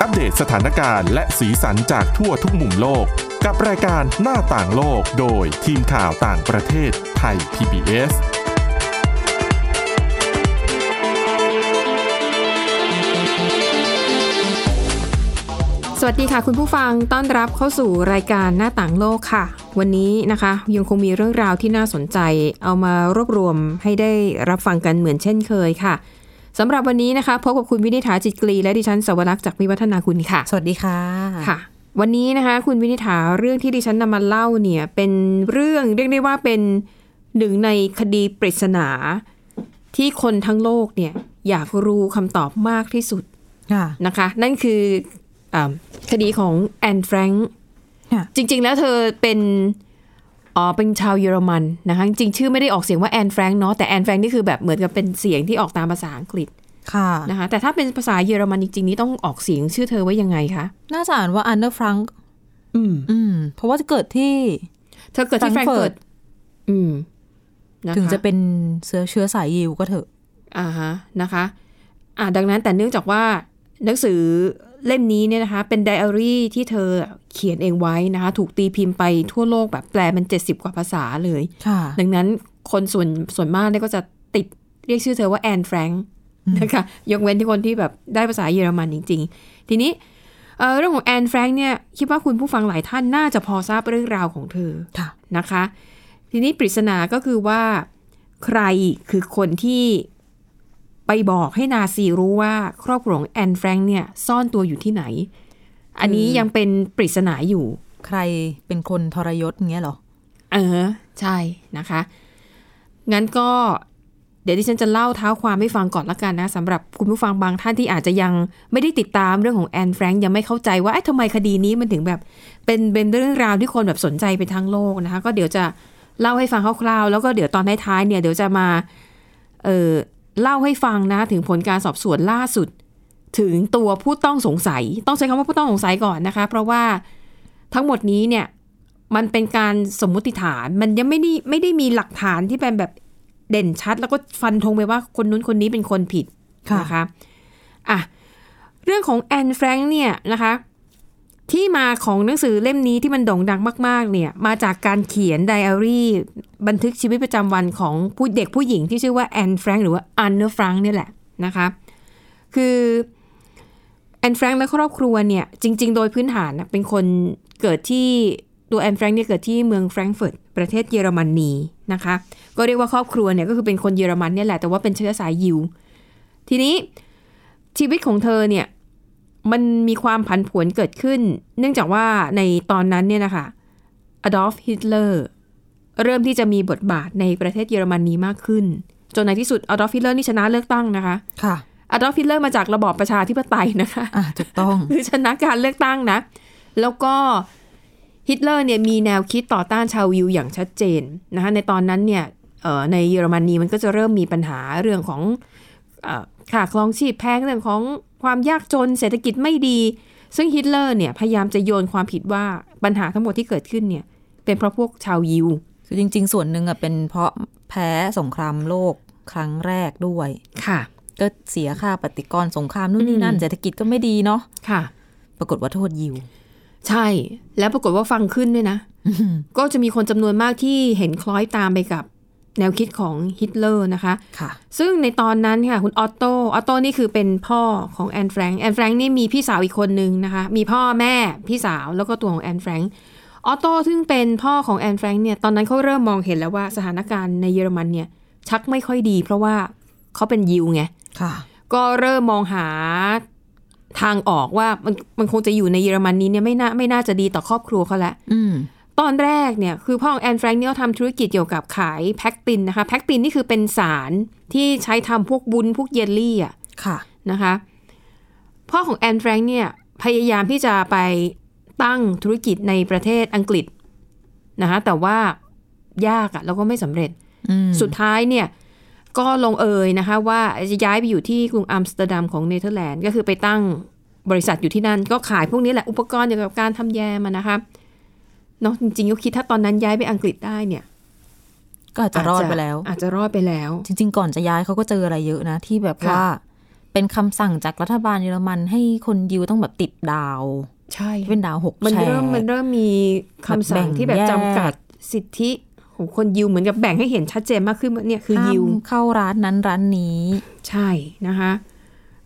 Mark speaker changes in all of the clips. Speaker 1: อัปเดตสถานการณ์และสีสันจากทั่วทุกมุมโลก กับรายการหน้าต่างโลกโดยทีมข่าวต่างประเทศไทย PBS
Speaker 2: สวัสดีค่ะคุณผู้ฟังต้อนรับเข้าสู่รายการหน้าต่างโลกค่ะ วันนี้นะคะยังคงมีเรื่องราวที่น่าสนใจ เอามารวบรวมให้ได้รับฟังกันเหมือนเช่นเคยค่ะสำหรับวันนี้นะคะพบกับคุณวินิษฐาจิตกรีและดิฉันสวรักษ์จากวิวัฒนาคุณค่ะ
Speaker 3: สวัสดีค่ะ
Speaker 2: ค่ะ วันนี้นะคะคุณวินิษฐาเรื่องที่ดิฉันนำมาเล่าเนี่ยเป็นเรื่องเรียกได้ว่าเป็นหนึ่งในคดีปริศนา ที่คนทั้งโลกเนี่ยอยากรู้คำตอบมากที่สุด
Speaker 3: ค่ะ
Speaker 2: นะคะนั่นคืออาคดีของแอนแฟรงค์
Speaker 3: ค่ะ
Speaker 2: จริง ๆ แล้วเธอเป็นอ๋อเป็นชาวเยอรมันนะคะจริงๆชื่อไม่ได้ออกเสียงว่าแอนแฟรงค์เนาะแต่แอนแฟรงค์นี่คือแบบเหมือนกับเป็นเสียงที่ออกตามภาษาอังกฤษ
Speaker 3: ค่ะ
Speaker 2: นะคะแต่ถ้าเป็นภาษาเยอรมันจริง ๆ นี่ต้องออกเสียงชื่อเธอว่ายังไงคะ
Speaker 3: น่าจะอ่านว่าอันเดอร์ฟรังก์
Speaker 2: อืม
Speaker 3: อืม เพราะว่าเกิดที่
Speaker 2: เธอเกิดที่แฟรงก์
Speaker 3: Frankfurt
Speaker 2: เฟิร์ตอืมค
Speaker 3: ถึงจะเป็นเสื้อเชื้อสายยิวก็เถอะ
Speaker 2: อ่าฮะนะคะอ่าดังนั้นแต่เนื่องจากว่าหนังสือเล่มนี้เนี่ยนะคะ เป็นไดอารี่ที่เธอเขียนเองไว้นะคะ ถูกตีพิมพ์ไปทั่วโลกแบบแปลมัน 70 กว่าภาษาเลย
Speaker 3: ค่ะ
Speaker 2: ดังนั้นคนส่วนส่วนมากเนี่ยก็จะติดเรียกชื่อเธอว่าแอนแฟรงค์นะคะยกเว้นที่คนที่แบบได้ภาษาเยอรมันจริง ๆ ทีนี้เอ่อเรื่องของแอนแฟรงค์เนี่ยคิดว่าคุณผู้ฟังหลายท่านน่าจะพอทราบเรื่องราวของเธอ
Speaker 3: ค่ะ
Speaker 2: นะคะ ทีนี้ปริศนาก็คือว่าใครคือคนที่ไปบอกให้นาซีรู้ว่าครอบครัวของแอนแฟรงค์เนี่ยซ่อนตัวอยู่ที่ไหน อันนี้ยังเป็นปริศนาอยู่
Speaker 3: ใครเป็นคนทรยศอย่างเงี้ยเหรอ
Speaker 2: เออ ใช่นะคะ งั้นก็เดี๋ยวดิฉันจะเล่าเท้าความให้ฟังก่อนละกันนะสำหรับคุณผู้ฟังบางท่านที่อาจจะยังไม่ได้ติดตามเรื่องของแอนแฟรงค์ยังไม่เข้าใจว่าเอ๊ะทำไมคดีนี้มันถึงแบบ เป็นเป็นเรื่องราวที่คนแบบสนใจไปทั้งโลกนะคะ ก็เดี๋ยวจะเล่าให้ฟังคร่าวๆ แล้วก็เดี๋ยวตอนท้ายๆเนี่ยเดี๋ยวจะมาเออเล่าให้ฟังนะถึงผลการสอบสวนล่าสุด ถึงตัวผู้ต้องสงสัย ต้องใช้คำว่าผู้ต้องสงสัยก่อนนะคะ เพราะว่าทั้งหมดนี้เนี่ย มันเป็นการสมมุติฐาน มันยังไม่ได้ไม่ได้มีหลักฐานที่เป็นแบบเด่นชัด แล้วก็ฟันธงไปว่าคนนู้นคนนี้เป็นคนผิด
Speaker 3: ค่ะ
Speaker 2: นะคะอ่ะเรื่องของแอนแฟรงค์เนี่ยนะคะ ที่มาของหนังสือเล่มนี้ที่มันโด่งดังมากๆ เนี่ย มาจากการเขียนไดอารี่ บันทึกชีวิตประจำวันของผู้เด็กผู้หญิงที่ชื่อว่าแอนแฟรงค์หรือว่าอันเนอร์แฟรงค์เนี่ยแหละนะคะ คือแอนแฟรงค์และครอบครัวเนี่ย จริง ๆ โดยพื้นฐานน่ะเป็นคนเกิดที่ตัวแอนแฟรงค์เนี่ยเกิดที่เมืองแฟรงก์เฟิร์ตประเทศเยอรมนีนะคะ ก็เรียกว่าครอบครัวเนี่ยก็คือเป็นคนเยอรมันเนี่ยแหละแต่ว่าเป็นเชื้อสายยิว ทีนี้ชีวิตของเธอเนี่ย มันมีความผันผวนเกิดขึ้น เนื่องจากว่าในตอนนั้นเนี่ยนะคะอดอล์ฟฮิตเลอร์เริ่มที่จะมีบทบาทในประเทศเยอรมนีมากขึ้น จนในที่สุดอดอล์ฟฮิตเลอร์นี่ชนะเลือกตั้งนะคะ
Speaker 3: ค่ะ
Speaker 2: อดอล์ฟฮิตเลอร์มาจากระบอบประชาธิปไตยนะคะ
Speaker 3: อ่ะถูกต้อง
Speaker 2: คือชนะการเลือกตั้งนะ แล้วก็ฮิตเลอร์เนี่ยมีแนวคิดต่อต้านชาวยิวอย่างชัดเจนนะคะในตอนนั้นเนี่ยเอ่อในเยอรมนีมันก็จะเริ่มมีปัญหาเรื่องของเอ่อค่าครองชีพแพงเรื่องของความยากจนเศรษฐกิจไม่ดี ซึ่งฮิตเลอร์เนี่ยพยายามจะโยนความผิดว่าปัญหาทั้งหมดที่เกิดขึ้นเนี่ยเป็นเพราะพวกชาวยิว
Speaker 3: คือจริง ๆ ส่วนหนึ่งอ่ะเป็นเพราะแพ้สงครามโลกครั้งแรกด้วย
Speaker 2: ค่ะ
Speaker 3: ก็เสียค่าปฏิกรณ์สงครามนู่นนี่นั่น
Speaker 2: อืม
Speaker 3: เศรษฐกิจก็ไม่ดีเนาะ
Speaker 2: ค่ะ
Speaker 3: ปรากฏว่าโทษยิว
Speaker 2: ใช่ แล้วปรากฏว่าฟังขึ้นด้วยนะ ก็จะมีคนจำนวนมากที่เห็นคล้อยตามไปกับแนวคิดของฮิตเลอร์นะคะ
Speaker 3: ค่ะ
Speaker 2: ซึ่งในตอนนั้นค่ะ คุณออตโต ออตโตนี่คือเป็นพ่อของแอนแฟรงค์ แอนแฟรงค์นี่มีพี่สาวอีกคนนึงนะคะ มีพ่อแม่พี่สาวแล้วก็ตัวของแอนแฟรงค์ ออตโตซึ่งเป็นพ่อของแอนแฟรงค์เนี่ย ตอนนั้นเขาเริ่มมองเห็นแล้วว่าสถานการณ์ในเยอรมันเนี่ย ชักไม่ค่อยดี เพราะว่าเขาเป็นยิวไง
Speaker 3: ค่ะ
Speaker 2: ก็เริ่มมองหาทางออกว่ามันมันคงจะอยู่ในเยอรมันนี้เนี่ยไม่น่าไม่น่าจะดีต่อครอบครัวเขาละ
Speaker 3: อืม
Speaker 2: ตอนแรกเนี่ยคือพ่อของแอนแฟรงค์เนี่ยเขาทำธุรกิจเกี่ยวกับขายแพคตินนะคะแพคตินนี่คือเป็นสารที่ใช้ทำพวกบุญพวกเยลลี่อะ
Speaker 3: ค่ะ
Speaker 2: นะคะพ่อของแอนแฟรงค์เนี่ยพยายามที่จะไปตั้งธุรกิจในประเทศอังกฤษนะคะแต่ว่ายากอะแล้วก็ไม่สำเร็จ
Speaker 3: อืม
Speaker 2: สุดท้ายเนี่ยก็ลงเอยนะคะว่าจะย้ายไปอยู่ที่กรุงอัมสเตอร์ดัมของเนเธอร์แลนด์ก็คือไปตั้งบริษัทอยู่ที่นั่น ก็ขายพวกนี้แหละอุปกรณ์เกี่ยวกับการทำแยมอะนะคะเนาะจริงๆก็คิดถ้าตอนนั้นย้ายไปอังกฤษได้เนี่ย
Speaker 3: ก็อาจจะรอดไปแล้ว
Speaker 2: อาจจะรอดไปแล้ว
Speaker 3: จริง ๆ ก่อนจะย้ายเขาก็เจออะไรเยอะนะ ที่แบบ
Speaker 2: ค่ะ
Speaker 3: ว่า เป็นคำสั่งจากรัฐบาลเยอรมันให้คนยิวต้องแบบติดดาว
Speaker 2: ใช่
Speaker 3: ที่เป็นดาวหก
Speaker 2: มัน
Speaker 3: แฉก
Speaker 2: เริ่มมันเริ่มมีคำสั่งที่แบบ
Speaker 3: แบบแบ่ง
Speaker 2: จำ
Speaker 3: แยก
Speaker 2: กัดสิทธิของคนยิวเหมือนกับแบ่งให้เห็นชัดเจนมากขึ้นว่าเนี่ยคือ
Speaker 3: ห้าม
Speaker 2: ยิว
Speaker 3: เข้าร้านนั้นร้านนี้
Speaker 2: ใช่นะคะ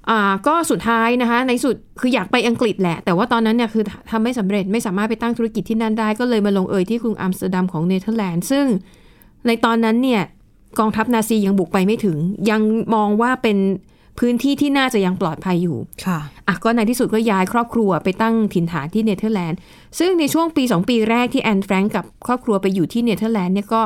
Speaker 2: อ่าก็สุดท้ายนะคะ ในสุดคืออยากไปอังกฤษแหละ แต่ว่าตอนนั้นเนี่ยคือทำไม่สำเร็จไม่สามารถไปตั้งธุรกิจที่นั่นได้ ก็เลยมาลงเอยที่กรุงอัมสเตอร์ดัมของเนเธอร์แลนด์ ซึ่งในตอนนั้นเนี่ยกองทัพนาซียังบุกไปไม่ถึง ยังมองว่าเป็นพื้นที่ที่น่าจะยังปลอดภัยอยู่
Speaker 3: ค่ะ
Speaker 2: อ่ะก็ในที่สุดก็ย้ายครอบครัวไปตั้งถิ่นฐานที่เนเธอร์แลนด์ ซึ่งในช่วงปี 2 ปีแรกที่แอนแฟรงก์กับครอบครัวไปอยู่ที่เนเธอร์แลนด์เนี่ยก็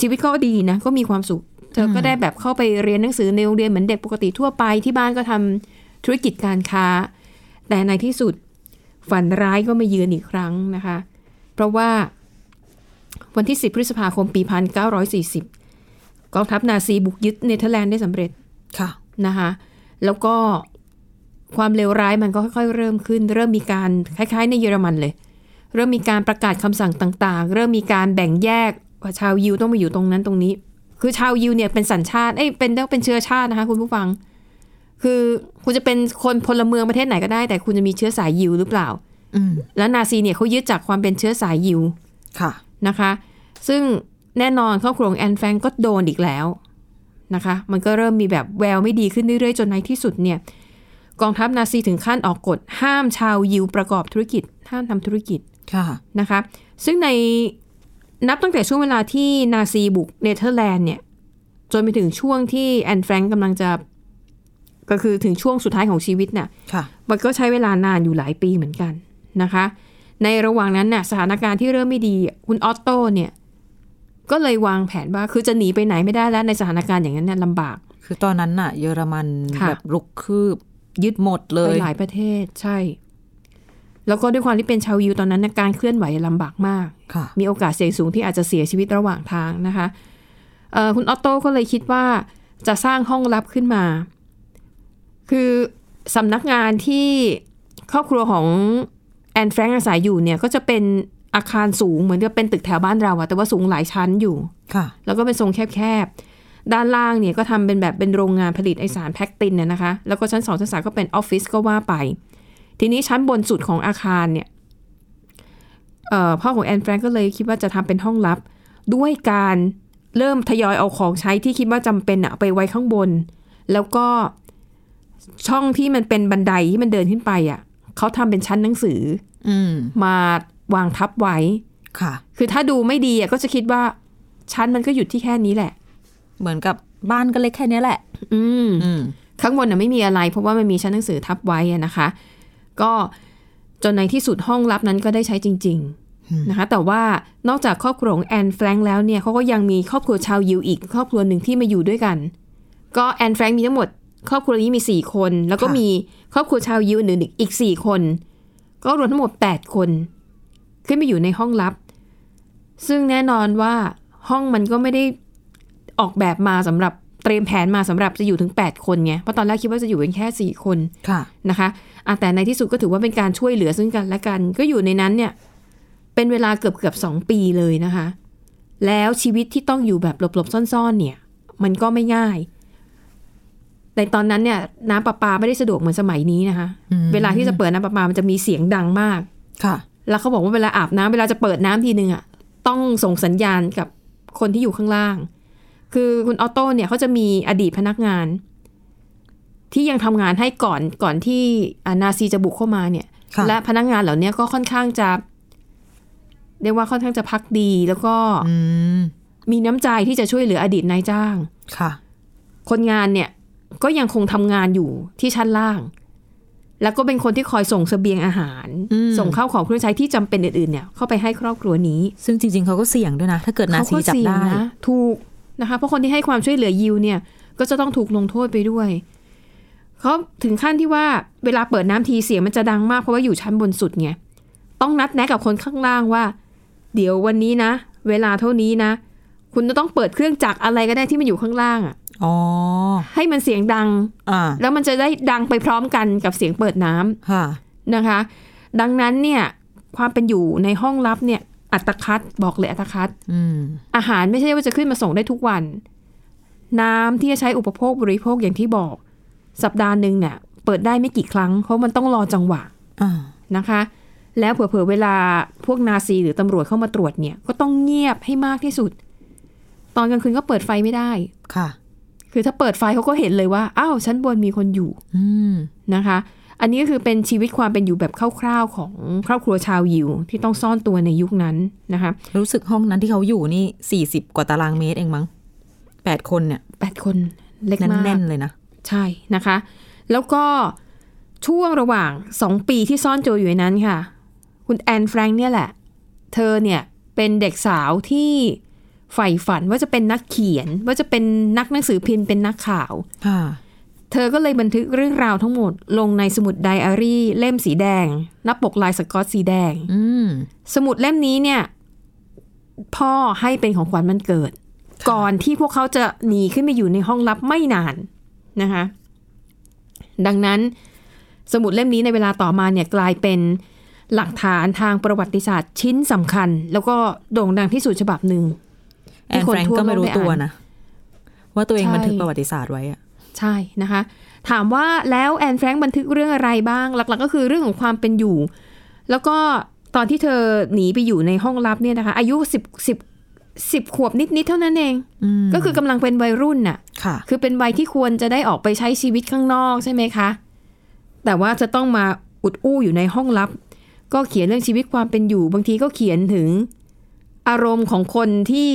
Speaker 2: ชีวิตก็ดีนะ ก็มีความสุข เธอก็ได้แบบเข้าไปเรียนหนังสือในโรงเรียนเหมือนเด็กปกติทั่วไปที่บ้านก็ทำธุรกิจการค้า แต่ในที่สุดฝันร้ายก็มาเยือนอีกครั้งนะคะ เพราะว่าวันที่ 10 พฤษภาคมปี 1940 กองทัพนาซีบุกยึดเนเธอร์แลนด์ได้สำเร็จ
Speaker 3: ค่ะ
Speaker 2: นะคะแล้วก็ความเลวร้ายมันก็ค่อยๆ เริ่มขึ้น เริ่มมีการคล้ายๆ ในเยอรมันเลย เริ่มมีการประกาศคำสั่งต่างๆ เริ่มมีการแบ่งแยกว่าชาวยิวต้องมาอยู่ตรงนั้นตรงนี้ คือชาวยิวเนี่ยเป็นสัญชาติเอ้ยเป็นเป็นเชื้อชาตินะคะคุณผู้ฟัง คือคุณจะเป็นคนพลเมืองประเทศไหนก็ได้ แต่คุณจะมีเชื้อสายยิวหรือเปล่า
Speaker 3: อืม
Speaker 2: และนาซีเนี่ยเขายึดจากความเป็นเชื้อสายยิว
Speaker 3: ค่ะ
Speaker 2: นะคะซึ่งแน่นอนครอบครัวของแอนแฟรงก์ก็โดนอีกแล้วนะคะมันก็เริ่มมีแบบแววไม่ดีขึ้นเรื่อยๆ จนในที่สุดเนี่ยกองทัพนาซีถึงขั้นออกกฎห้ามชาวยิวประกอบธุรกิจ ห้ามทำธุรกิจ
Speaker 3: ค่ะ
Speaker 2: นะคะซึ่งในนับตั้งแต่ช่วงเวลาที่นาซีบุกเนเธอร์แลนด์เนี่ยจนไปถึงช่วงที่แอนแฟรงก์กำลังจะก็คือถึงช่วงสุดท้ายของชีวิตน่ะ
Speaker 3: ค่ะ
Speaker 2: มันก็ใช้เวลานานอยู่หลายปีเหมือนกันนะคะ ในระหว่างนั้นน่ะสถานการณ์ที่เริ่มไม่ดี คุณออตโตเนี่ยก็เลยวางแผนว่าคือจะหนีไปไหนไม่ได้แล้วในสถานการณ์อย่างนั้นเนี่ยลำบาก
Speaker 3: คือตอนนั้นน่ะ เยอรมัน
Speaker 2: ค่ะ
Speaker 3: แบบลุกคืบ ยึดหมดเล
Speaker 2: ไป
Speaker 3: ย
Speaker 2: หลายประเทศใช่ แล้วก็ด้วยความที่เป็นชาวยิวตอนนั้นนะการเคลื่อนไหวลำบากมาก
Speaker 3: ค่ะ
Speaker 2: มีโอกาสเสี่ยงสูงที่อาจจะเสียชีวิตระหว่างทางนะคะเอ่อคุณออตโต้ก็เลยคิดว่าจะสร้างห้องลับขึ้นมา คือสำนักงานที่ครอบครัวของแอนแฟรงก์อาศัยอยู่เนี่ย ก็จะเป็นอาคารสูงเหมือนกับเป็นตึกแถวบ้านเราอะแต่ว่าสูงหลายชั้นอยู่
Speaker 3: ค่ะ
Speaker 2: แล้วก็เป็นทรงแคบๆ ด้านล่างเนี่ยก็ทำเป็นแบบเป็นโรงงานผลิตไอสารแพคตินเนี่ยนะคะ แล้วก็ชั้นสองชั้นสามก็เป็นออฟฟิศก็ว่าไป ทีนี้ชั้นบนสุดของอาคารเนี่ยเอ่อพ่อของแอนแฟรงก์ก็เลยคิดว่าจะทำเป็นห้องลับ ด้วยการเริ่มทยอยเอาของใช้ที่คิดว่าจำเป็นอะไปไว้ข้างบน แล้วก็ช่องที่มันเป็นบันไดที่มันเดินขึ้นไปอะเขาทำเป็นชั้นหนังสือ
Speaker 3: อืม
Speaker 2: มาวางทับไว้
Speaker 3: ค่ะ
Speaker 2: คือถ้าดูไม่ดีอะก็จะคิดว่าชั้นมันก็หยุดที่แค่นี้แหละ
Speaker 3: เหมือนกับบ้านก็เล็กแค่เนี้ยแหละ
Speaker 2: อืม
Speaker 3: อืม
Speaker 2: ข้างบนน่ะไม่มีอะไร เพราะว่ามันมีชั้นหนังสือทับไว้อะนะคะ ก็จนในที่สุดห้องลับนั้นก็ได้ใช้จริง ๆนะคะ แต่ว่านอกจากครอบครัวของแอนแฟรงค์แล้วเนี่ยเขาก็ยังมีครอบครัวชาวยิวอีก ครอบครัวหนึ่งที่มาอยู่ด้วยกัน ก็แอนแฟรงค์มีทั้งหมด ครอบครัวนี้มี 4 คน แล้วก็
Speaker 3: ค่ะ
Speaker 2: มีครอบครัวชาวยิวอื่นๆอีก 4 คน ก็รวมทั้งหมด 8 คน ขึ้นไปอยู่ในห้องลับ ซึ่งแน่นอนว่าห้องมันก็ไม่ได้ออกแบบมาสำหรับเตรียมแผนมาสำหรับจะอยู่ถึง 8 คนไง เพราะตอนแรกคิดว่าจะอยู่กันแค่ 4 คน
Speaker 3: ค่ะ
Speaker 2: นะคะอ่ะแต่ในที่สุดก็ถือว่าเป็นการช่วยเหลือซึ่งกันและกัน ก็อยู่ในนั้นเนี่ย เป็นเวลาเกือบเกือบสองปีเลยนะคะ แล้วชีวิตที่ต้องอยู่แบบหลบๆ ซ่อนๆ เนี่ย มันก็ไม่ง่าย ในตอนนั้นเนี่ย น้ำประปาไม่ได้สะดวกเหมือนสมัยนี้นะคะ
Speaker 3: อืม
Speaker 2: เวลาที่จะเปิดน้ำประปามันจะมีเสียงดังมาก
Speaker 3: ค่ะ
Speaker 2: แล้วเขาบอกว่าเวลาอาบน้ำเวลาจะเปิดน้ำทีนึงอ่ะต้องส่งสัญญาณกับคนที่อยู่ข้างล่าง คือคุณออโต้เนี่ยเขาจะมีอดีตพนักงาน ที่ยังทำงานให้ก่อนก่อนที่อ่านาซีจะบุกเข้ามาเนี่ย
Speaker 3: ค่ะ
Speaker 2: และพนักงานเหล่าเนี้ยก็ค่อนข้างจะเรียกว่าค่อนข้างจะพักดีแล้วก็
Speaker 3: อืม
Speaker 2: มีน้ำใจที่จะช่วยเหลืออดีตนายจ้าง
Speaker 3: ค่ะ
Speaker 2: คนงานเนี่ยก็ยังคงทำงานอยู่ที่ชั้นล่าง แล้วก็เป็นคนที่คอยส่งเสบียงอาหาร
Speaker 3: อืม
Speaker 2: ส่งข้าวของเครื่องใช้ที่จำเป็นอื่นๆเนี่ยเข้าไปให้ครอบครัวนี้
Speaker 3: ซึ่งจริง ๆ เขาก็เสี่ยงด้วยนะ ถ้าเกิดนาซี
Speaker 2: ก็
Speaker 3: จับ
Speaker 2: เสี่ยง
Speaker 3: ได้
Speaker 2: นะถูกนะคะ เพราะคนที่ให้ความช่วยเหลือยิวเนี่ยก็จะต้องถูกลงโทษไปด้วยเขาถึงขั้นที่ว่าเวลาเปิดน้ำทีเสียงมันจะดังมากเพราะว่าอยู่ชั้นบนสุดไงต้องนัดแนะกับคนข้างล่างว่า เดี๋ยววันนี้นะ เวลาเท่านี้นะ คุณจะต้องเปิดเครื่องจักรอะไรก็ได้ที่มันอยู่ข้างล่างอะ
Speaker 3: อ๋อ
Speaker 2: ให้มันเสียงดัง
Speaker 3: อ่า
Speaker 2: แล้วมันจะได้ดังไปพร้อมกันกับเสียงเปิดน้ำ
Speaker 3: ค่ะ
Speaker 2: นะคะ ดังนั้นเนี่ยความเป็นอยู่ในห้องลับเนี่ยอัตคัดบอกเลยอัตคัด
Speaker 3: อืม
Speaker 2: อาหารไม่ใช่ว่าจะขึ้นมาส่งได้ทุกวัน น้ำที่จะใช้อุปโภคบริโภคอย่างที่บอก สัปดาห์หนึ่งเนี่ยเปิดได้ไม่กี่ครั้ง เพราะมันต้องรอจังหวะ
Speaker 3: อ่า
Speaker 2: นะคะ แล้วเผื่อๆเวลาพวกนาซีหรือตำรวจเข้ามาตรวจเนี่ยก็ต้องเงียบให้มากที่สุด ตอนกลางคืนก็เปิดไฟไม่ได้
Speaker 3: ค่ะ
Speaker 2: คือถ้าเปิดไฟเขาก็เห็นเลยว่าอ้าวชั้นบนมีคนอยู่
Speaker 3: อืม
Speaker 2: นะคะ อันนี้ก็คือเป็นชีวิตความเป็นอยู่แบบคร่าวๆของครอบครัวชาวยิวที่ต้องซ่อนตัวในยุคนั้นนะคะ
Speaker 3: รู้สึกห้องนั้นที่เขาอยู่นี่สี่สิบกว่าตารางเมตรเองมั้งแปดคนเนี่ย
Speaker 2: แปดคนเล็กมาก
Speaker 3: แน่นๆเลยนะ
Speaker 2: ใช่นะคะ แล้วก็ช่วงระหว่าง 2 ปีที่ซ่อนตัวอยู่ในนั้นค่ะ คุณแอนแฟรงค์เนี่ยแหละ เธอเนี่ยเป็นเด็กสาวที่ใฝ่ฝันว่าจะเป็นนักเขียน ว่าจะเป็นนักหนังสือพิมพ์เป็นนักข่าว
Speaker 3: ค่ะ
Speaker 2: เธอก็เลยบันทึกเรื่องราวทั้งหมด ลงในสมุดไดอารี่ เล่มสีแดงหน้าปกลายสกอตสีแดง
Speaker 3: อืม
Speaker 2: สมุดเล่มนี้เนี่ย พ่อให้เป็นของขวัญวันเกิด ก่อนที่พวกเขาจะหนีขึ้นไปอยู่ในห้องลับไม่นานนะคะ ดังนั้นสมุดเล่มนี้ในเวลาต่อมาเนี่ยกลายเป็นหลักฐานทางประวัติศาสตร์ชิ้นสำคัญ แล้วก็โด่งดังที่สุดฉบับหนึ่ง
Speaker 3: แอนแฟรง
Speaker 2: ที่คนทั่ว
Speaker 3: ก์ก็ไม่รู้
Speaker 2: โลกไม่
Speaker 3: ตัว
Speaker 2: อ่าน
Speaker 3: นะ ว่าตัวเอง
Speaker 2: ใช่
Speaker 3: บันทึกประวัติศาสตร์ไว้อะ
Speaker 2: ใช่นะคะ ถามว่าแล้วแอนแฟรงค์บันทึกเรื่องอะไรบ้าง หลักๆก็คือเรื่องของความเป็นอยู่ แล้วก็ตอนที่เธอหนีไปอยู่ในห้องลับเนี่ยนะคะ อายุสิบสิบสิบขวบนิด ๆ เท่านั้นเอง
Speaker 3: อืม
Speaker 2: ก็คือกำลังเป็นวัยรุ่นน่ะ
Speaker 3: ค่ะ
Speaker 2: คือเป็นวัยที่ควรจะได้ออกไปใช้ชีวิตข้างนอกใช่ไหมคะ แต่ว่าจะต้องมาอุดอู้อยู่ในห้องลับ ก็เขียนเรื่องชีวิตความเป็นอยู่ บางทีก็เขียนถึงอารมณ์ของคนที่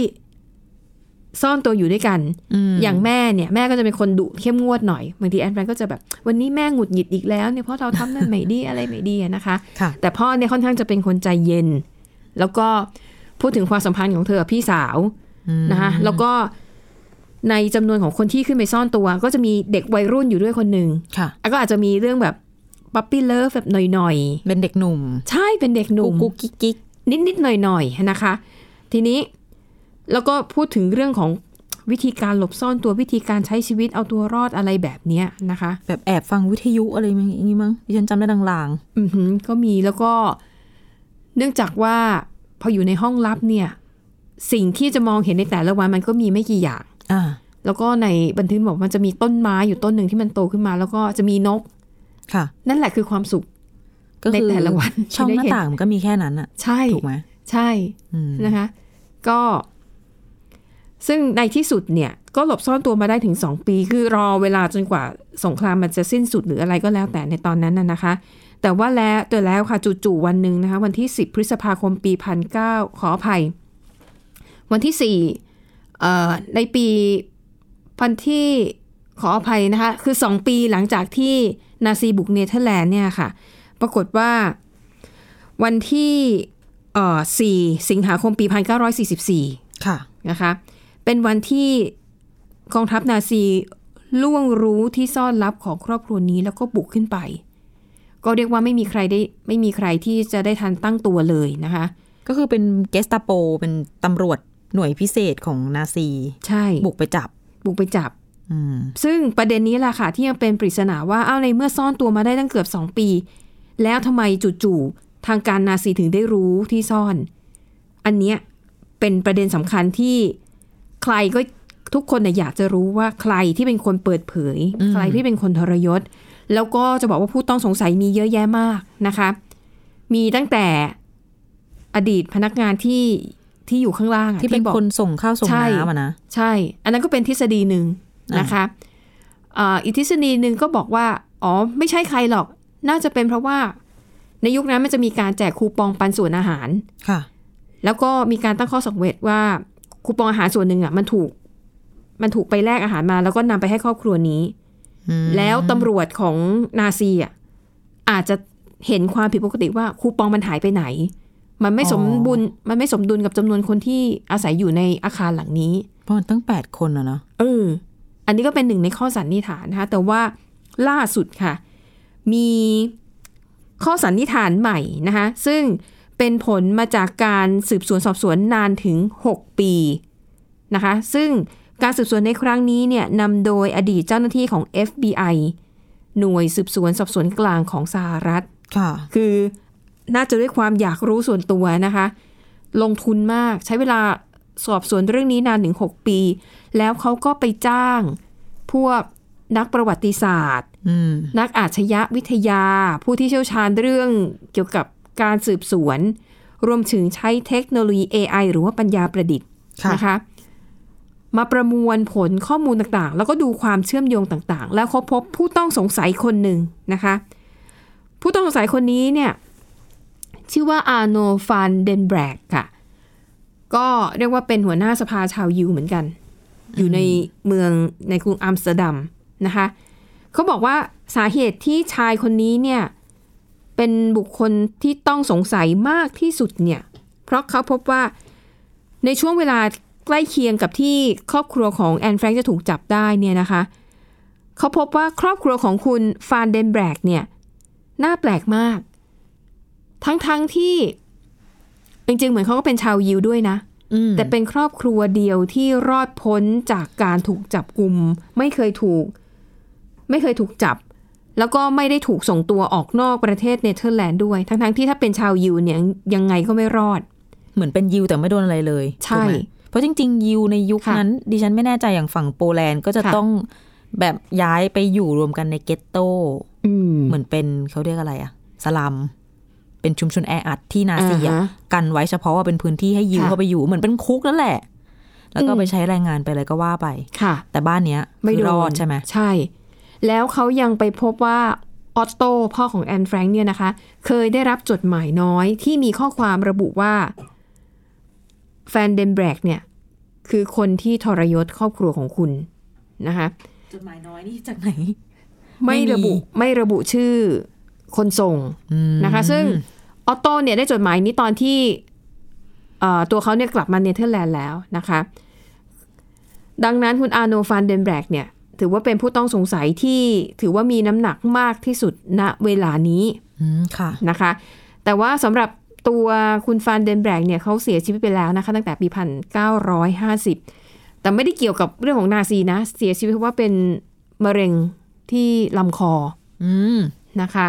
Speaker 2: ซ่อนตัวอยู่ด้วยกัน
Speaker 3: อืม
Speaker 2: อย่างแม่เนี่ยแม่ก็จะเป็นคนดุเข้มงวดหน่อยบางทีแอนแฟรงก์ก็จะแบบ วันนี้แม่หงุดหงิดอีกแล้วเนี่ยเพราะเราทำนั่นไม่ดีอะไรไม่ดีอะนะคะ
Speaker 3: ค่ะ
Speaker 2: แต่พ่อเนี่ยค่อนข้างจะเป็นคนใจเย็น แล้วก็พูดถึงความสัมพันธ์ของเธอกับพี่สาวนะคะแล้วก็ในจำนวนของคนที่ขึ้นไปซ่อนตัว ก็จะมีเด็กวัยรุ่นอยู่ด้วยคนหนึ่ง
Speaker 3: ค่ะ
Speaker 2: แล้วก็อาจจะมีเรื่องแบบปั๊ปปี้เลิฟแบบหน่อย
Speaker 3: เป็นเด็กหนุ่ม
Speaker 2: ๆ ใช่เป็นเด็กหนุ่ม
Speaker 3: กุ๊กกิ๊กกิ๊ก
Speaker 2: นิด ๆ หน่อย ๆ นะคะ ทีนี้แล้วก็พูดถึงเรื่องของวิธีการหลบซ่อนตัววิธีการใช้ชีวิตเอาตัวรอดอะไรแบบเนี้ยนะคะ
Speaker 3: แบบแอบฟังวิทยุอะไรอย่างงี้มั้งดิฉันจำได้ลาง
Speaker 2: อือหือก็มีแล้วก็เนื่องจากว่าพออยู่ในห้องลับเนี่ย สิ่งที่จะมองเห็นในแต่ละวันมันก็มีไม่กี่อย่าง
Speaker 3: ๆ อ่า
Speaker 2: แล้วก็ในบันทึกบอกมันจะมีต้นไม้อยู่ต้นหนึ่งที่มันโตขึ้นมา แล้วก็จะมีนก
Speaker 3: ค่ะ
Speaker 2: นั่นแหละคือความสุข
Speaker 3: ก็คือ
Speaker 2: ในแต่ละวัน
Speaker 3: ช่อง
Speaker 2: ที่
Speaker 3: ห
Speaker 2: ได้
Speaker 3: น้า
Speaker 2: เห็น
Speaker 3: ต่างมันก็มีแค่นั้นอะ
Speaker 2: ใช่
Speaker 3: ถูกไหม
Speaker 2: ใช่
Speaker 3: อืม
Speaker 2: นะคะ ก็ ซึ่งในที่สุดเนี่ย ก็หลบซ่อนตัวมาได้ถึง 2 ปี คือรอเวลาจนกว่าสงครามมันจะสิ้นสุดหรืออะไรก็แล้วแต่ในตอนนั้นน่ะนะคะ แต่ว่าแล้วตัวแล้วค่ะจู่ๆวันหนึ่งนะคะ วันที่ 10 พฤษภาคมปี 1900 ขออภัย วันที่ 4 เอ่อ ในปีพันที่ขออภัยนะคะ คือ 2 ปีหลังจากที่นาซีบุกเนเธอร์แลนด์เนี่ยค่ะ ปรากฏว่าวันที่ เอ่อ4สิงหาคมปี 1944
Speaker 3: ค่ะ
Speaker 2: นะคะ เป็นวันที่กองทัพนาซีล่วงรู้ที่ซ่อนลับของครอบครัวนี้แล้วก็บุกขึ้นไป ก็เรียกว่าไม่มีใครได้ไม่มีใครที่จะได้ทันตั้งตัวเลยนะคะ
Speaker 3: ก็คือเป็นเกสตาโปเป็นตำรวจหน่วยพิเศษของนาซี
Speaker 2: ใช่
Speaker 3: บุกไปจับ
Speaker 2: บุกไปจับ
Speaker 3: อืม
Speaker 2: ซึ่งประเด็นนี้แหละค่ะ ที่ยังเป็นปริศนาว่าอ้าวในเมื่อซ่อนตัวมาได้ตั้งเกือบ 2 ปี แล้วทำไมจู่ๆทางการนาซีถึงได้รู้ที่ซ่อน อันเนี้ยเป็นประเด็นสำคัญที่ใครก็ทุกคนน่ะอยากจะรู้ว่าใครที่เป็นคนเปิดเผย ใครที่เป็นคนทรยศ แล้วก็จะบอกว่าผู้ต้องสงสัยมีเยอะแยะมากนะคะ มีตั้งแต่อดีตพนักงานที่ที่อยู่ข้างล่างอะ
Speaker 3: ที่เป็น
Speaker 2: บอก
Speaker 3: คนส่งข้าวส่ง
Speaker 2: ใช่
Speaker 3: น้ำอะนะ
Speaker 2: ใช่ อันนั้นก็เป็นทฤษฎีหนึ่ง
Speaker 3: อ่าน
Speaker 2: นะคะเอ่ออีกทฤษฎีหนึ่งก็บอกว่า อ๋อ ไม่ใช่ใครหรอก น่าจะเป็นเพราะว่า ในยุคนั้นมันจะมีการแจกคูปองปันส่วนอาหาร
Speaker 3: ค่ะ
Speaker 2: แล้วก็มีการตั้งข้อสังเวชว่าคูปองอาหารส่วนหนึ่งอ่ะมันถูก มันถูกไปแลกอาหารมา แล้วก็นำไปให้ครอบครัวนี้
Speaker 3: อืม
Speaker 2: แล้วตำรวจของนาซีอ่ะอาจจะเห็นความผิดปกติว่าคูปองมันหายไปไหน มันไม่สมบุญมันไม่สมดุลกับจำนวนคนที่อาศัยอยู่ในอาคารหลังนี้
Speaker 3: เพราะมันตั้งแปดคนอะเนาะ
Speaker 2: เออ อันนี้ก็เป็นหนึ่งในข้อสันนิษฐานนะคะ แต่ว่าล่าสุดค่ะ มีข้อสันนิษฐานใหม่นะคะ ซึ่งเป็นผลมาจากการสืบสวนสอบสวนนานถึง 6 ปีนะคะ ซึ่งการสืบสวนในครั้งนี้เนี่ยนำโดยอดีตเจ้าหน้าที่ของ FBI หน่วยสืบสวนสอบสวนกลางของสหรัฐ
Speaker 3: ค่ะ
Speaker 2: คือน่าจะด้วยความอยากรู้ส่วนตัวนะคะ ลงทุนมากใช้เวลาสอบสวนเรื่องนี้นานถึง6ปี แล้วเขาก็ไปจ้างพวก นักประวัติศาสตร์
Speaker 3: อืม
Speaker 2: นักอาชญาวิทยา ผู้ที่เชี่ยวชาญเรื่องเกี่ยวกับการสืบสวน รวมถึงใช้เทคโนโลยี AI หรือว่าปัญญาประดิษฐ์
Speaker 3: ค่ะ
Speaker 2: นะคะ มาประมวลผลข้อมูลต่างๆ แล้วก็ดูความเชื่อมโยงต่างๆ แล้วเขาพบผู้ต้องสงสัยคนหนึ่งนะคะ ผู้ต้องสงสัยคนนี้เนี่ย ชื่อว่าอาโนฟานเดนแบรกค่ะ ก็เรียกว่าเป็นหัวหน้าสภาชาวยิวเหมือนกัน อยู่ในเมืองในกรุงอัมสเตอร์ดัมนะคะ เขาบอกว่าสาเหตุที่ชายคนนี้เนี่ย เป็นบุคคลที่ต้องสงสัยมากที่สุดเนี่ย เพราะเขาพบว่าในช่วงเวลาใกล้เคียงกับที่ครอบครัวของแอนแฟรงค์จะถูกจับได้เนี่ยนะคะ เขาพบว่าครอบครัวของคุณฟานเดนแบรกเนี่ย น่าแปลกมาก ทั้งๆทที่ จริงๆ เหมือนเขาก็เป็นชาวยิวด้วยนะ
Speaker 3: อืม
Speaker 2: แต่เป็นครอบครัวเดียวที่รอดพ้นจากการถูกจับกลุ่มไม่เคยถูก ไม่เคยถูกจับ แล้วก็ไม่ได้ถูกส่งตัวออกนอกประเทศเนเธอร์แลนด์ด้วย ทั้งๆที่ถ้าเป็นชาวยิวเนี่ยยังไงก็ไม่รอด
Speaker 3: เหมือนเป็นยิวแต่ไม่โดนอะไรเลย
Speaker 2: ใช่
Speaker 3: ถูกไหมเพราะจริง ๆ ยิวในยุค
Speaker 2: ค่ะ
Speaker 3: นั้น ดิฉันไม่แน่ใจอย่างฝั่งโปแลนด์ก็จะ
Speaker 2: ค่ะ
Speaker 3: ต้องแบบย้ายไปอยู่รวมกันในเกตโต้
Speaker 2: อืม
Speaker 3: เหมือนเป็นเขาเรียกอะไรอะสลัม เป็นชุมชนแออัดที่นาซีอะ
Speaker 2: ฮะ
Speaker 3: กันไว้เฉพาะว่าเป็นพื้นที่ให้ยิว
Speaker 2: ค่ะ
Speaker 3: เข้าไปอยู่ เหมือนเป็นคุกนั่นแหละ แล้วก็
Speaker 2: อืม
Speaker 3: ไปใช้แรงงานไปอะไรก็ว่าไป
Speaker 2: ค่ะ
Speaker 3: แต่บ้านเนี้ย
Speaker 2: ไม่
Speaker 3: คือ
Speaker 2: โด
Speaker 3: ร
Speaker 2: น
Speaker 3: อดใช่ไหม
Speaker 2: ใช่ แล้วเขายังไปพบว่าออตโตพ่อของแอนแฟรงค์เนี่ยนะคะ เคยได้รับจดหมายน้อยที่มีข้อความระบุว่าแฟนเดนแบรกเนี่ย คือคนที่ทรยศครอบครัวของคุณนะคะ
Speaker 3: จดหมายน้อยนี่จากไหน
Speaker 2: ไม่ระบุ
Speaker 3: ไม่มี
Speaker 2: ไม่ระบุชื่อคนส่งนะคะ ซึ่งออตโตเนี่ยได้จดหมายนี้ตอนที่เอ่อตัวเขาเนี่ยกลับมาเนเธอร์แลนด์แล้วนะคะ ดังนั้นคุณอาโนฟานเดนแบรกเนี่ย ถือว่าเป็นผู้ต้องสงสัยที่ถือว่ามีน้ำหนักมากที่สุดณเวลานี้
Speaker 3: อืมค่ะ
Speaker 2: นะคะ แต่ว่าสำหรับตัวคุณฟานเดนแบรกเนี่ยเขาเสียชีวิตไปแล้วนะคะ ตั้งแต่ปี 1950 แต่ไม่ได้เกี่ยวกับเรื่องของนาซีนะ เสียชีวิตเพราะว่าเป็นมะเร็งที่ลำคอ
Speaker 3: อืม
Speaker 2: นะคะ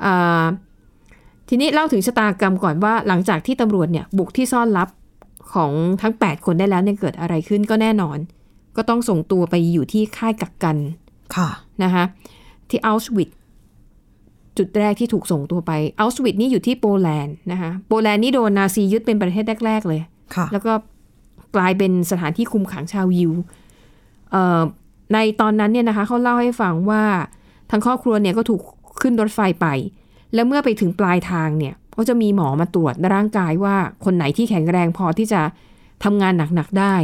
Speaker 2: เอ่อทีนี้เล่าถึงชะตากรรมก่อนว่าหลังจากที่ตำรวจเนี่ยบุกที่ซ่อนลับของทั้ง 8 คนได้แล้วเนี่ยเกิดอะไรขึ้นก็แน่นอน ก็ต้องส่งตัวไปอยู่ที่ค่ายกักกัน
Speaker 3: ค่ะ
Speaker 2: นะคะที่อัลชวิตจุดแรกที่ถูกส่งตัวไปอัลชวิตนี่อยู่ที่โปแลนด์นะคะโปแลนด์นี่โดนนาซียึดเป็นประเทศแรก ๆ เลย
Speaker 3: ค่ะ
Speaker 2: แล้วก็กลายเป็นสถานที่คุมขังชาวยิวเอ่อในตอนนั้นเนี่ยนะคะเขาเล่าให้ฟังว่าทางครอบครัวเนี่ยก็ถูกขึ้นรถไฟไป แล้วเมื่อไปถึงปลายทางเนี่ยก็จะมีหมอมาตรวจร่างกายว่าคนไหนที่แข็งแรงพอที่จะทำงานหนัก ๆ ได้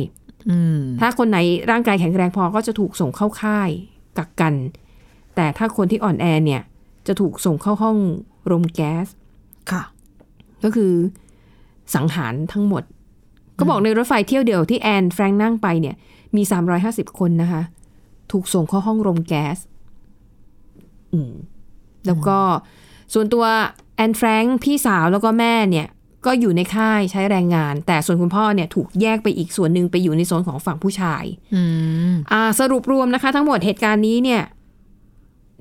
Speaker 3: อืม
Speaker 2: ถ้าคนไหนร่างกายแข็งแรงพอก็จะถูกส่งเข้าค่ายกักกัน แต่ถ้าคนที่อ่อนแอเนี่ยจะถูกส่งเข้าห้องรมแก๊ส
Speaker 3: ค่ะ
Speaker 2: ก็คือสังหารทั้งหมด ก็บอกในรถไฟเที่ยวเดียวที่แอนแฟรงค์นั่งไปเนี่ยมี 350 คนนะคะ ถูกส่งเข้าห้องรมแก๊สอืมแล้วก็ส่วนตัวแอนแฟรงค์พี่สาวแล้วก็แม่เนี่ย ก็อยู่ในค่ายใช้แรงงาน แต่ส่วนคุณพ่อเนี่ยถูกแยกไปอีกส่วนหนึ่งไปอยู่ในโซนของฝั่งผู้ชาย
Speaker 3: อืม
Speaker 2: อ่าสรุปรวมนะคะ ทั้งหมดเหตุการณ์นี้เนี่ย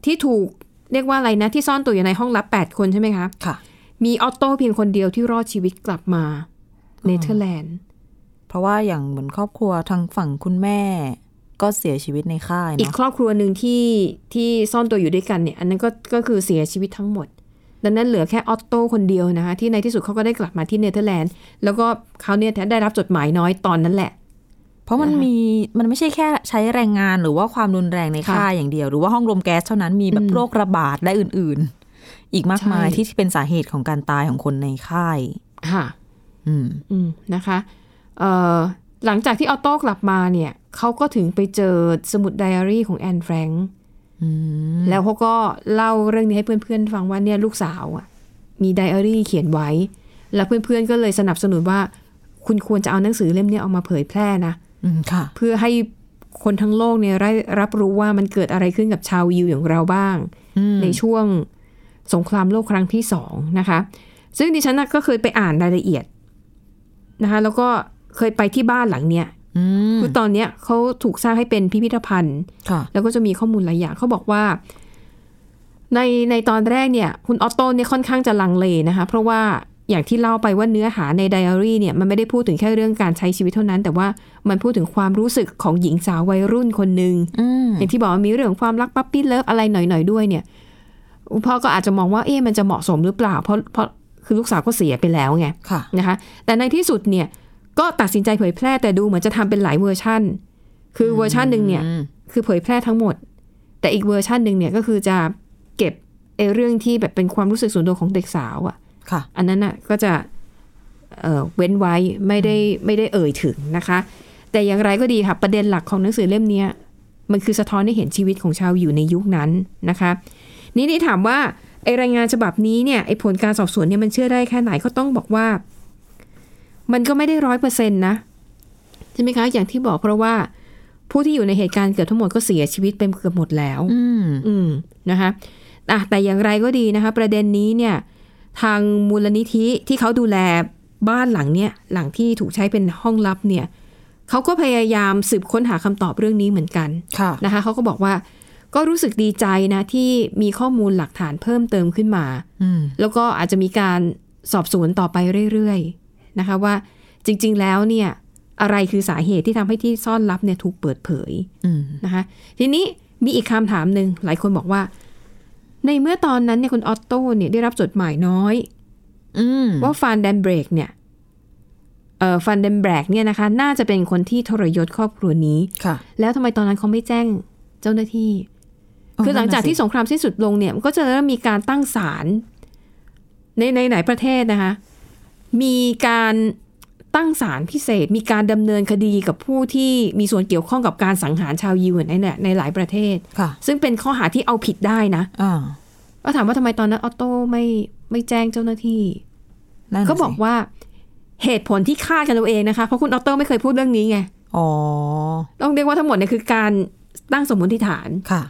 Speaker 2: ที่ถูกเรียกว่าอะไรนะ ที่ซ่อนตัวอยู่ในห้องลับ 8 คนใช่ไหมคะ
Speaker 3: ค่ะ
Speaker 2: มีออตโต้เพียงคนเดียวที่รอดชีวิตกลับมาเนเธอร์แลนด์
Speaker 3: เพราะว่าอย่างเหมือนครอบครัวทางฝั่งคุณแม่ ก็เสียชีวิตในค่าย
Speaker 2: อีก
Speaker 3: เนาะ
Speaker 2: ครอบครัวหนึ่งที่ที่ซ่อนตัวอยู่ด้วยกันเนี่ย อันนั้นก็ก็คือเสียชีวิตทั้งหมด ดังนั้นเหลือแค่ออตโต้คนเดียวนะคะที่ในที่สุดเขาก็ได้กลับมาที่เนเธอร์แลนด์ แล้วก็เขาเนี่ยได้รับจดหมายน้อยตอนนั้นแหละ
Speaker 3: เพราะมัน
Speaker 2: นะคะ
Speaker 3: มีมันไม่ใช่แค่ใช้แรงงานหรือว่าความรุนแรงใน
Speaker 2: ค่ะ
Speaker 3: ค่ายอย่างเดียว หรือว่าห้องรวมแก๊สเท่านั้นมีแบ
Speaker 2: อื
Speaker 3: บ
Speaker 2: ม
Speaker 3: โรคระบาดและอื่นๆ อีกมากมาย
Speaker 2: ใช่
Speaker 3: ที่เป็นสาเหตุของการตายของคนในค่าย
Speaker 2: ค่ะ
Speaker 3: อืม
Speaker 2: อืมนะคะเอ่อหลังจากที่ออตโต้กลับมาเนี่ยเขาก็ถึงไปเจอสมุดไดอารี่ของแอนแฟรงค์
Speaker 3: อืม
Speaker 2: แล้วเขาก็เล่าเรื่องนี้ให้เพื่อนๆฟังว่าเนี่ยลูกสาวอ่ะ มีไดอารี่เขียนไว้ แล้วเพื่อนๆก็เลยสนับสนุนว่า คุณควรจะเอาหนังสือเล่มเนี้เอามาเผยแพร่นะ
Speaker 3: อืมค่ะ
Speaker 2: เพื่อให้คนทั้งโลกเนี่ยได้รับรู้ว่ามันเกิดอะไรขึ้นกับชาวยิวอย่างเราบ้าง
Speaker 3: อืม
Speaker 2: ในช่วงสงครามโลกครั้งที่สองนะคะ ซึ่งดิฉันน่ะก็เคยไปอ่านรายละเอียดนะคะ แล้วก็เคยไปที่บ้านหลังเนี้ย
Speaker 3: อืม
Speaker 2: คือตอนเนี้ยเขาถูกสร้างให้เป็นพิพิธภัณฑ์
Speaker 3: ค่ะ
Speaker 2: แล้วก็จะมีข้อมูลหลายอย่างเขาบอกว่า ในในตอนแรกเนี่ย คุณออตโต้เนี่ยค่อนข้างจะลังเลนะคะ เพราะว่า อย่างที่เล่าไปว่าเนื้อหาในไดอารี่เนี่ยมันไม่ได้พูดถึงแค่เรื่องการใช้ชีวิตเท่านั้น แต่ว่ามันพูดถึงความรู้สึกของหญิงสาววัยรุ่นคนหนึ่ง
Speaker 3: อืม
Speaker 2: อย่างที่บอกว่ามีเรื่องของความรักปั๊บปี้เลิฟอะไรหน่อยๆด้วยเนี่ยคุณพ่อก็อาจจะมองว่าเอ๊ะมันจะเหมาะสมหรือเปล่า เพราะเพราะคือลูกสาวก็เสียไปแล้วไง
Speaker 3: ค่ะ
Speaker 2: นะคะ แต่ในที่สุดเนี่ยก็ตัดสินใจเผยแพร่แต่ดูเหมือนจะทำเป็นหลายเวอร์ชันคือเวอร์ชันหนึ่งเนี่ย
Speaker 3: อืม
Speaker 2: คือเผยแพร่ทั้งหมด แต่อีกเวอร์ชันหนึ่งเนี่ยก็คือจะเก็บไอ้เรื่องที่แบบเป็นความรู้สึกส่วนตัวของเด็กสาวอะ่ะ
Speaker 3: ค่ะ
Speaker 2: อันนั้นน่ะก็จะเอ่อเว้นไว้ไม่ได้ไม่ได้เอ่ยถึงนะคะ แต่อย่างไรก็ดีค่ะ ประเด็นหลักของหนังสือเล่มเนี้ยมันคือสะท้อนให้เห็นชีวิตของชาวอยู่ในยุคนั้นนะคะนี่นี่ถามว่าไอรายงานฉบับนี้เนี่ยไอผลการสอบสวนเนี่ยมันเชื่อได้แค่ไหนก็ต้องบอกว่า มันก็ไม่ได้ร้อยเปอร์เซ็นต์นะใช่ไหมคะอย่างที่บอกเพราะว่า ผู้ที่อยู่ในเหตุการณ์เกือบทั้งหมดก็เสียชีวิตเป็นเกือบหมดแล้ว
Speaker 3: อืม
Speaker 2: อืมนะคะอ่ะแต่อย่างไรก็ดีนะคะ ประเด็นนี้เนี่ย ทางมูลนิธิที่เขาดูแลบ้านหลังเนี้ยหลังที่ถูกใช้เป็นห้องลับเนี่ยเขาก็พยายามสืบค้นหาคำตอบเรื่องนี้เหมือนกัน
Speaker 3: ค่ะ
Speaker 2: นะคะเขาก็บอกว่าก็รู้สึกดีใจนะที่มีข้อมูลหลักฐานเพิ่มเติมขึ้นมา
Speaker 3: อืม
Speaker 2: แล้วก็อาจจะมีการสอบสวนต่อไปเรื่อยๆนะคะว่าจริง ๆ แล้วเนี่ยอะไรคือสาเหตุที่ทำให้ที่ซ่อนลับเนี่ยถูกเปิดเผย
Speaker 3: อืม
Speaker 2: นะคะทีนี้มีอีกคำถามหนึ่งหลายคนบอกว่า ในเมื่อตอนนั้นเนี่ยคุณออตโต้เนี่ยได้รับจดหมายน้อย
Speaker 3: อืม
Speaker 2: ว่าฟานเดนเบรกเนี่ยเอ่อฟานเดนเบรกเนี่ยนะคะ น่าจะเป็นคนที่ทรยศครอบครัวนี้
Speaker 3: ค่ะ
Speaker 2: แล้วทำไมตอนนั้นเขาไม่แจ้งเจ้าหน้าที่ คือหลังจากที่สงครามสิ้นสุดลงเนี่ยมันก็จะเริ่มมีการตั้งศาลในในหลายประเทศนะคะ มีการตั้งศาลพิเศษ มีการดำเนินคดีกับผู้ที่มีส่วนเกี่ยวข้องกับการสังหารชาวยิวในในหลายประเทศ
Speaker 3: ค่ะ
Speaker 2: ซึ่งเป็นข้อหาที่เอาผิดได้นะ
Speaker 3: อ่า
Speaker 2: ก็ถามว่าทำไมตอนนั้นออโต้ไม่ไม่แจ้งเจ้าหน้าที่
Speaker 3: นั่น
Speaker 2: เขาบอก
Speaker 3: สิ
Speaker 2: ว่าเหตุผลที่คาดกันเอาเองนะคะ เพราะคุณออโต้ไม่เคยพูดเรื่องนี้ไง
Speaker 3: อ๋อ
Speaker 2: ต้องเรียกว่าทั้งหมดเนี่ยคือการตั้งสมมติฐาน
Speaker 3: ค่ะ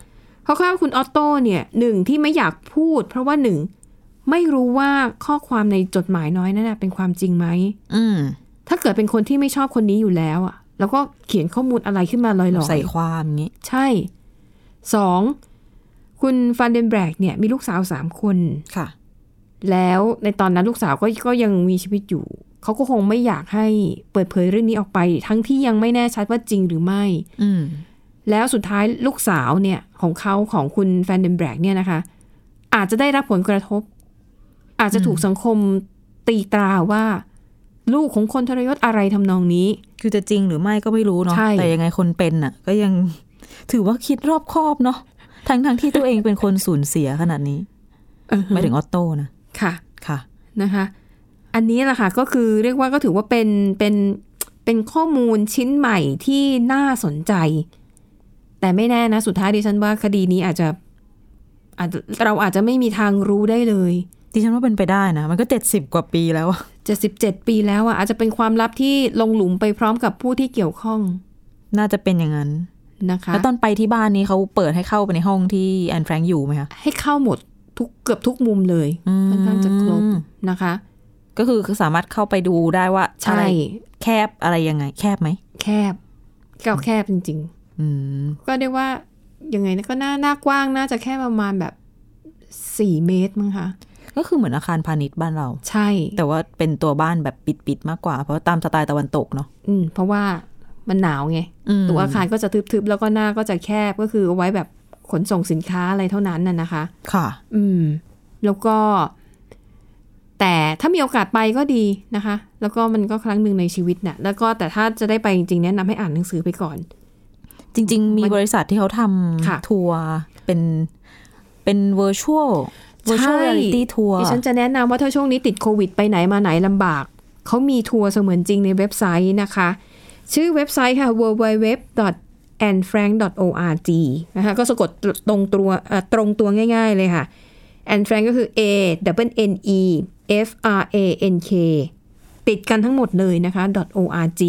Speaker 2: เพราะว่าคุณออโต้เนี่ยหนึ่งที่ไม่อยากพูด เพราะว่าหนึ่งไม่รู้ว่าข้อความในจดหมายน้อยนั่นนะเป็นความจริงไหม
Speaker 3: อืม
Speaker 2: ถ้าเกิดเป็นคนที่ไม่ชอบคนนี้อยู่แล้วอ่ะ แล้วก็เขียนข้อมูลอะไรขึ้นมาลอยๆ
Speaker 3: ใส่ความอย่างงี้
Speaker 2: ใช่สองคุณฟันเดนแบรกเนี่ยมีลูกสาวสามคน
Speaker 3: ค่ะ
Speaker 2: แล้วในตอนนั้นลูกสาวก็ก็ยังมีชีวิตอยู่ เขาก็คงไม่อยากให้เปิดเผยเรื่องนี้ออกไป ทั้งที่ยังไม่แน่ชัดว่าจริงหรือไม่
Speaker 3: อืม
Speaker 2: แล้วสุดท้ายลูกสาวเนี่ยของเขาของคุณแฟนเดนแบรกเนี่ยนะคะ อาจจะได้รับผลกระทบ อาจจะถูกสังคมตีตราว่า ลูกของคนทรยศอะไรทำนองนี้
Speaker 3: คือจะจริงหรือไม่ก็ไม่รู้เนาะ
Speaker 2: ใช่
Speaker 3: แต่ยังไงคนเป็นน่ะ ก็ยัง ถือว่าคิดรอบคอบเนาะทั้งทั้งที่ตัวเองเป็นคนสูญเสียขนาดนี้หมายถึงออโต้นะ
Speaker 2: ค่ะ
Speaker 3: ค่ะ
Speaker 2: นะคะ อันนี้แหละค่ะก็คือเรียกว่าก็ถือว่าเป็นเป็นเป็นข้อมูลชิ้นใหม่ที่น่าสนใจ แต่ไม่แน่นะ สุดท้ายดิฉันว่าคดีนี้อาจจะอาจจะเราอาจจะไม่มีทางรู้ได้เลย
Speaker 3: ดิฉันว่าเป็นไปได้นะ มันก็เจ็ดสิบกว่าปีแล้วอะ
Speaker 2: 77 ปีแล้วอ่ะอาจจะเป็นความลับที่ลงหลุมไปพร้อมกับผู้ที่เกี่ยวข้อง
Speaker 3: น่าจะเป็นอย่างนั้น
Speaker 2: นะคะ
Speaker 3: แล้วตอนไปที่บ้านนี้เขาเปิดให้เข้าไปในห้องที่แอนแฟรงค์อยู่ไหมคะ
Speaker 2: ให้เข้าหมดทุกเกือบทุกมุมเลยค่อนข้างจะครบนะคะ
Speaker 3: ก็คือสามารถเข้าไปดูได้ว่า
Speaker 2: ใช่
Speaker 3: อะไรแคบอะไรยังไง แคบไหม
Speaker 2: แคบแก้วแคบจริง
Speaker 3: อืม
Speaker 2: ๆ ก็เรียกว่ายังไงนะก็น่าหน้ากว้างน่าจะแค่ประมาณแบบ 4 เมตรมั้งคะ
Speaker 3: ก็คือเหมือนอาคารพาณิชย์บ้านเรา
Speaker 2: ใช่
Speaker 3: แต่ว่าเป็นตัวบ้านแบบปิดๆมากกว่า เพราะว่าตามสไตล์ตะวันตกเนาะ
Speaker 2: อืมเพราะว่ามันหนาวไง
Speaker 3: ม
Speaker 2: ตัวอาคารก็จะทึบๆ แล้วก็หน้าก็จะแคบก็คือเอาไว้แบบขนส่งสินค้าอะไรเท่านั้นน่ะนะคะ
Speaker 3: ค่ะ
Speaker 2: อืม แล้วก็ แต่ถ้ามีโอกาสไปก็ดีนะคะ แล้วก็มันก็ครั้งหนึ่งในชีวิตน่ะ แล้วก็แต่ถ้าจะได้ไปจริงๆแนะนำให้อ่านหนังสือไปก่อน
Speaker 3: จริง ๆ มีบริษัทที่เขาท
Speaker 2: ค่ะ
Speaker 3: ำทัวร์เป็นเป็น virtual virtual reality ทัวร์
Speaker 2: ดิฉันจะแนะนำว่าถ้าช่วงนี้ติดโควิดไปไหนมาไหนลำบาก เขามีทัวร์เสมือนจริงในเว็บไซต์นะคะ ชื่อเว็บไซต์ค่ะ www a n f r a n k org นะคะก็สะกดตรงตัวเอ่อตรงตัวง่ายๆเลยค่ะ a n f r a n k ก็คือ a w n e f r a n k ติดกันทั้งหมดเลยนะคะ .org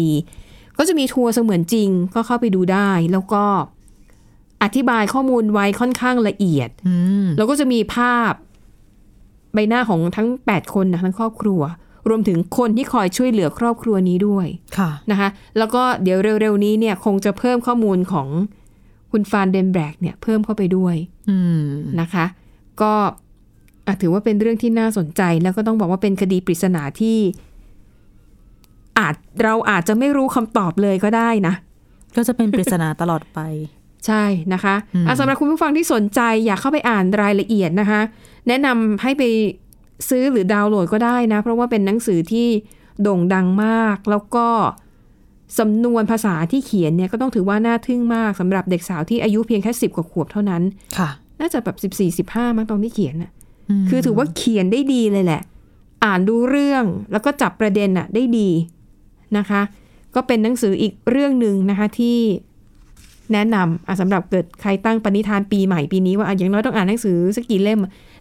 Speaker 2: ก็จะมีทัวร์เสมือนจริงก็เข้าไปดูได้ แล้วก็อธิบายข้อมูลไว้ค่อนข้างละเอียด
Speaker 3: อืม
Speaker 2: แล้วก็จะมีภาพใบหน้าของทั้ง 8 คนนะทั้งครอบครัว รวมถึงคนที่คอยช่วยเหลือครอบครัวนี้ด้วย
Speaker 3: ค่ะ
Speaker 2: นะคะแล้วก็เดี๋ยวเร็วๆนี้เนี่ยคงจะเพิ่มข้อมูลของคุณฟานเดนแบรกเนี่ยเพิ่มเข้าไปด้วย
Speaker 3: อืม
Speaker 2: นะคะ ก็ อ่ะถือว่าเป็นเรื่องที่น่าสนใจ แล้วก็ต้องบอกว่าเป็นคดีปริศนาที่ อาจเราอาจจะไม่รู้คำตอบเลยก็ได้นะ
Speaker 3: ก็จะเป็นปริศนาตลอดไป
Speaker 2: ใช่นะคะ
Speaker 3: อืม
Speaker 2: อ่ะสำหรับคุณผู้ฟังที่สนใจอยากเข้าไปอ่านรายละเอียดนะคะ แนะนำให้ไปซื้อหรือดาวน์โหลดก็ได้นะ เพราะว่าเป็นหนังสือที่โด่งดังมาก แล้วก็สำนวนภาษาที่เขียนเนี่ยก็ต้องถือว่าน่าทึ่งมากสำหรับเด็กสาวที่อายุเพียงแค่สิบกว่าขวบเท่านั้น
Speaker 3: ค่ะ
Speaker 2: น่าจะแบบสิบสี่สิบห้ามั้งตอนที่เขียนน่ะ
Speaker 3: อืม
Speaker 2: คือถือว่าเขียนได้ดีเลยแหละ อ่านดูเรื่องแล้วก็จับประเด็นน่ะได้ดีนะคะ ก็เป็นหนังสืออีกเรื่องหนึ่งนะคะที่แนะนำอ่ะสำหรับเกิดใครตั้งปณิธานปีใหม่ปีนี้ว่าอ่ะอย่างน้อยต้องอ่านหนังสือสักกี่เล่ม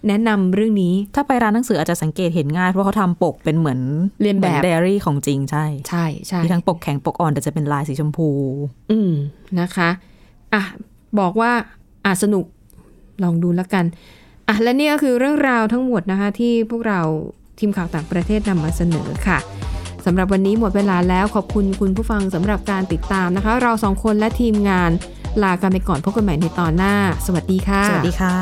Speaker 2: แนะนำเรื่องนี้
Speaker 3: ถ้าไปร้านหนังสืออาจจะสังเกตเห็นง่ายเพราะเขาทำปกเป็นเหมือน
Speaker 2: เรียนแบบ
Speaker 3: หมือไดอารี่ของจริงใช่
Speaker 2: ใช่ใช่
Speaker 3: มีทั้งปกแข็งปกอ่อนแต่จะเป็นลายสีชมพู
Speaker 2: อืมนะคะอ่ะบอกว่าอ่ะสนุกลองดูแล้วกันอ่ะและนี่ก็คือเรื่องราวทั้งหมดนะคะ ที่พวกเราทีมข่าวต่างประเทศนำมาเสนอค่ะสำหรับวันนี้หมดเวลาแล้วขอบคุณคุณผู้ฟังสำหรับการติดตามนะคะ เราสองคนและทีมงานลากันไปก่อนพบกันใหม่ในตอนหน้า สวัสดีค่ะ
Speaker 3: สวัสดีค่ะ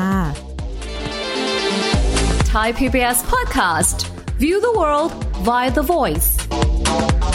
Speaker 4: Thai PBS podcast. View the world via the voice.